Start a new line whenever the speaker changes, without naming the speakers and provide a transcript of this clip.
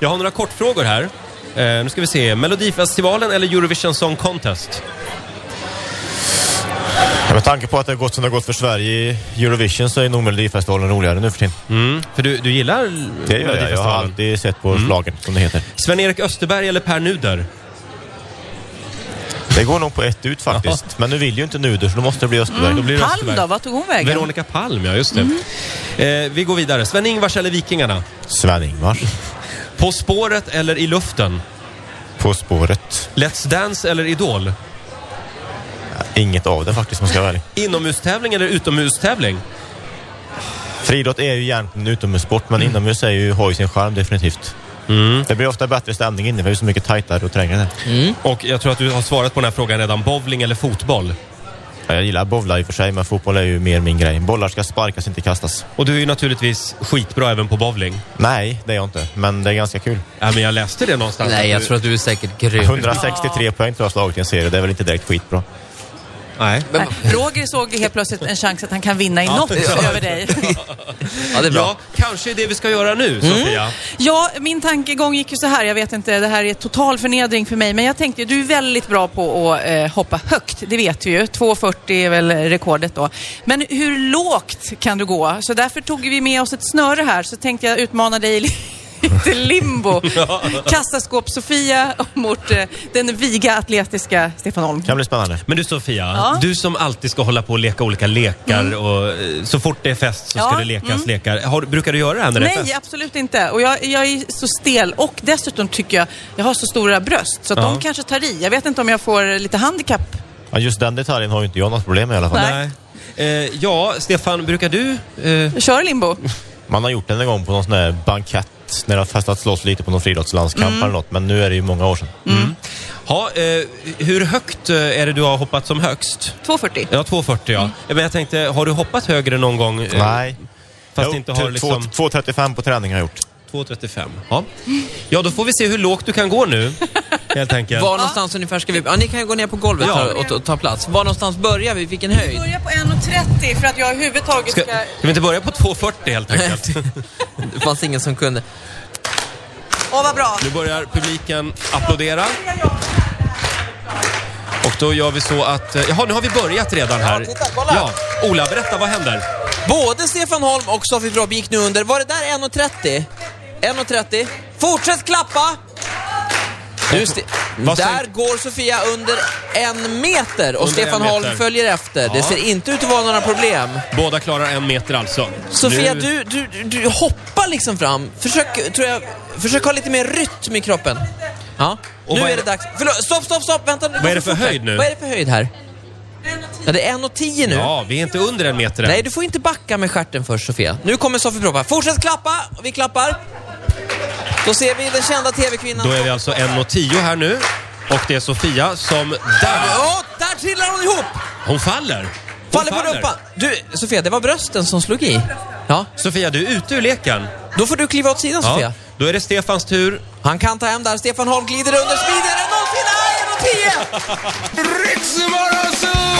Jag har några kortfrågor här. Eh, nu ska vi se. Melodifestivalen eller Eurovision Song Contest?
Ja, med tanke på att det har gått som det har gått för Sverige i Eurovision så är nog Melodifestivalen roligare nu för tiden.
Mm, för du, du gillar
Det gör jag. Jag har alltid sett på slagen, som det heter.
Sven-Erik Österberg eller Per Nuder?
Det går nog på ett ut faktiskt. Men nu vill ju inte Nuder, så då måste det bli Österberg.
Då blir det
Palm
Österberg.
då? Vart tog hon vägen?
Veronica Palm, ja just det.
Mhm.
Eh, vi går vidare. Sven-Ingvars eller Vikingarna?
Sven-Ingvars.
På spåret eller i luften?
På spåret.
Let's Dance eller Idol?
Inget av det faktiskt, om man ska vara ärlig.
Inomhustävling eller utomhustävling?
Friidrott är ju egentligen utomhussport, men inomhus är ju hoj sin charm definitivt. Det blir ofta bättre stämning inne, för det är så mycket tajtare och trängre där.
Och jag tror att du har svarat på den här frågan redan. Bowling eller fotboll?
Ja, Jag gillar bowlar i och för sig, men fotboll är ju mer min grej. Bollar ska sparkas, inte kastas.
Och du är ju naturligtvis skitbra även på bowling.
Nej, det är jag inte, men det är ganska kul.
Ja, men jag läste det någonstans.
Nej, jag
Du-
tror att du är säkert grym.
163 poäng tror jag har slagit i en serie, det är väl inte direkt skitbra.
Nej.
Nej, Roger såg helt plötsligt en chans att han kan vinna i något över dig.
Ja, det är
Ja,
bra. Mm.
kanske är det vi ska göra nu, Sofia.
Ja, min tankegång gick ju så här, jag vet inte, det här är total förnedring för mig, men jag tänkte, du är väldigt bra på att eh, hoppa högt, det vet du ju. 2,40 är väl rekordet då. Men hur lågt kan du gå? Så därför tog vi med oss ett snöre här, så tänkte jag utmana dig i li- lite limbo. Kassaskåps-Sofia mot eh, den viga atletiska Stefan Holm.
Kan bli spännande.
Men du Sofia, du som alltid ska hålla på och leka olika lekar och eh, så fort det är fest så ska
Mm. Ja, mm.
det lekas lekar. Har, brukar du göra det här när det är
Nej,
fest?
absolut inte. Och jag, jag är så stel och dessutom tycker jag, jag har så stora bröst så att
Ja.
de kanske tar i. Jag vet inte om jag får lite handikapp.
Ja, just den detaljen har ju inte jag något problem med i alla fall.
Nej.
Eh, ja, Stefan, brukar du? Eh,
Kör limbo.
Man har gjort den en gång på någon sån här bankett när det har festats loss lite på någon friidrottslandskamp eller något, men nu är det ju många år sedan.
ha, eh, hur högt eh, är det du har hoppat som högst?
2,40.
Ja, 2,40 ja.
Mm.
Eh, Men jag tänkte, har du hoppat högre någon gång? eh,
Nej. typ
Fast
jag
inte
gjort
har liksom...
två- 2.35 på träning har jag gjort.
2,35. Ja. ja, då får vi se hur lågt du kan gå nu, helt enkelt.
Var någonstans ungefär ska vi... Ja, ni kan ju gå ner på golvet
Ja.
här och, och ta plats. Var någonstans börjar vi? Vilken höjd?
Börja på 1,30 för att jag överhuvudtaget
Ska,
ska...
ska vi inte börja på 2,40 helt enkelt?
Det fanns ingen som kunde.
Åh, vad bra.
Nu börjar publiken applådera. Och då gör vi så att... eh, Jaha, nu har vi börjat redan här.
Ja, titta, kolla.
Ja, Ola, berätta, vad händer?
Både Stefan Holm och Sofie Brobb gick nu under. Var det där 1.30? 1.30. Fortsätt klappa! Nu ste-
Vad sen-
där går Sofia under en meter och
Under
Stefan
en
Holm
meter.
följer efter. Det
Ja.
ser inte ut att vara några problem.
Båda klarar en meter alltså.
Sofia,
Nu-
du, du, du hoppar liksom fram. Försök, tror jag, försök ha lite mer rytm i kroppen. Ja.
Och
nu
vad är
är det
det-
dags. Förlåt, stopp, stopp, stopp! Vänta,
Vad är det för höjd nu?
Vad är det för höjd här? Ja, det är 1,10 nu.
Ja, vi är inte under en meter än.
Nej, du får inte backa med stjärten först, Sofia. Nu kommer Sofie Propp här. Fortsätt klappa! Vi klappar. Då ser vi den kända TV-kvinnan.
Då är vi alltså 1,10 här nu. Och det är Sofia som... Där!
Ja, där trillar hon ihop!
Hon faller! Hon
Faller på rumpan. Du, Sofia, det var brösten som slog i. Ja,
Sofia, du är ute ur leken.
då får du kliva åt sidan, Sofia.
Ja. Då är det Stefans tur.
Han kan ta hem där. Stefan Holm glider under, smidigare än någonsin. Aj, 1,10!
Riksmorgonzoo!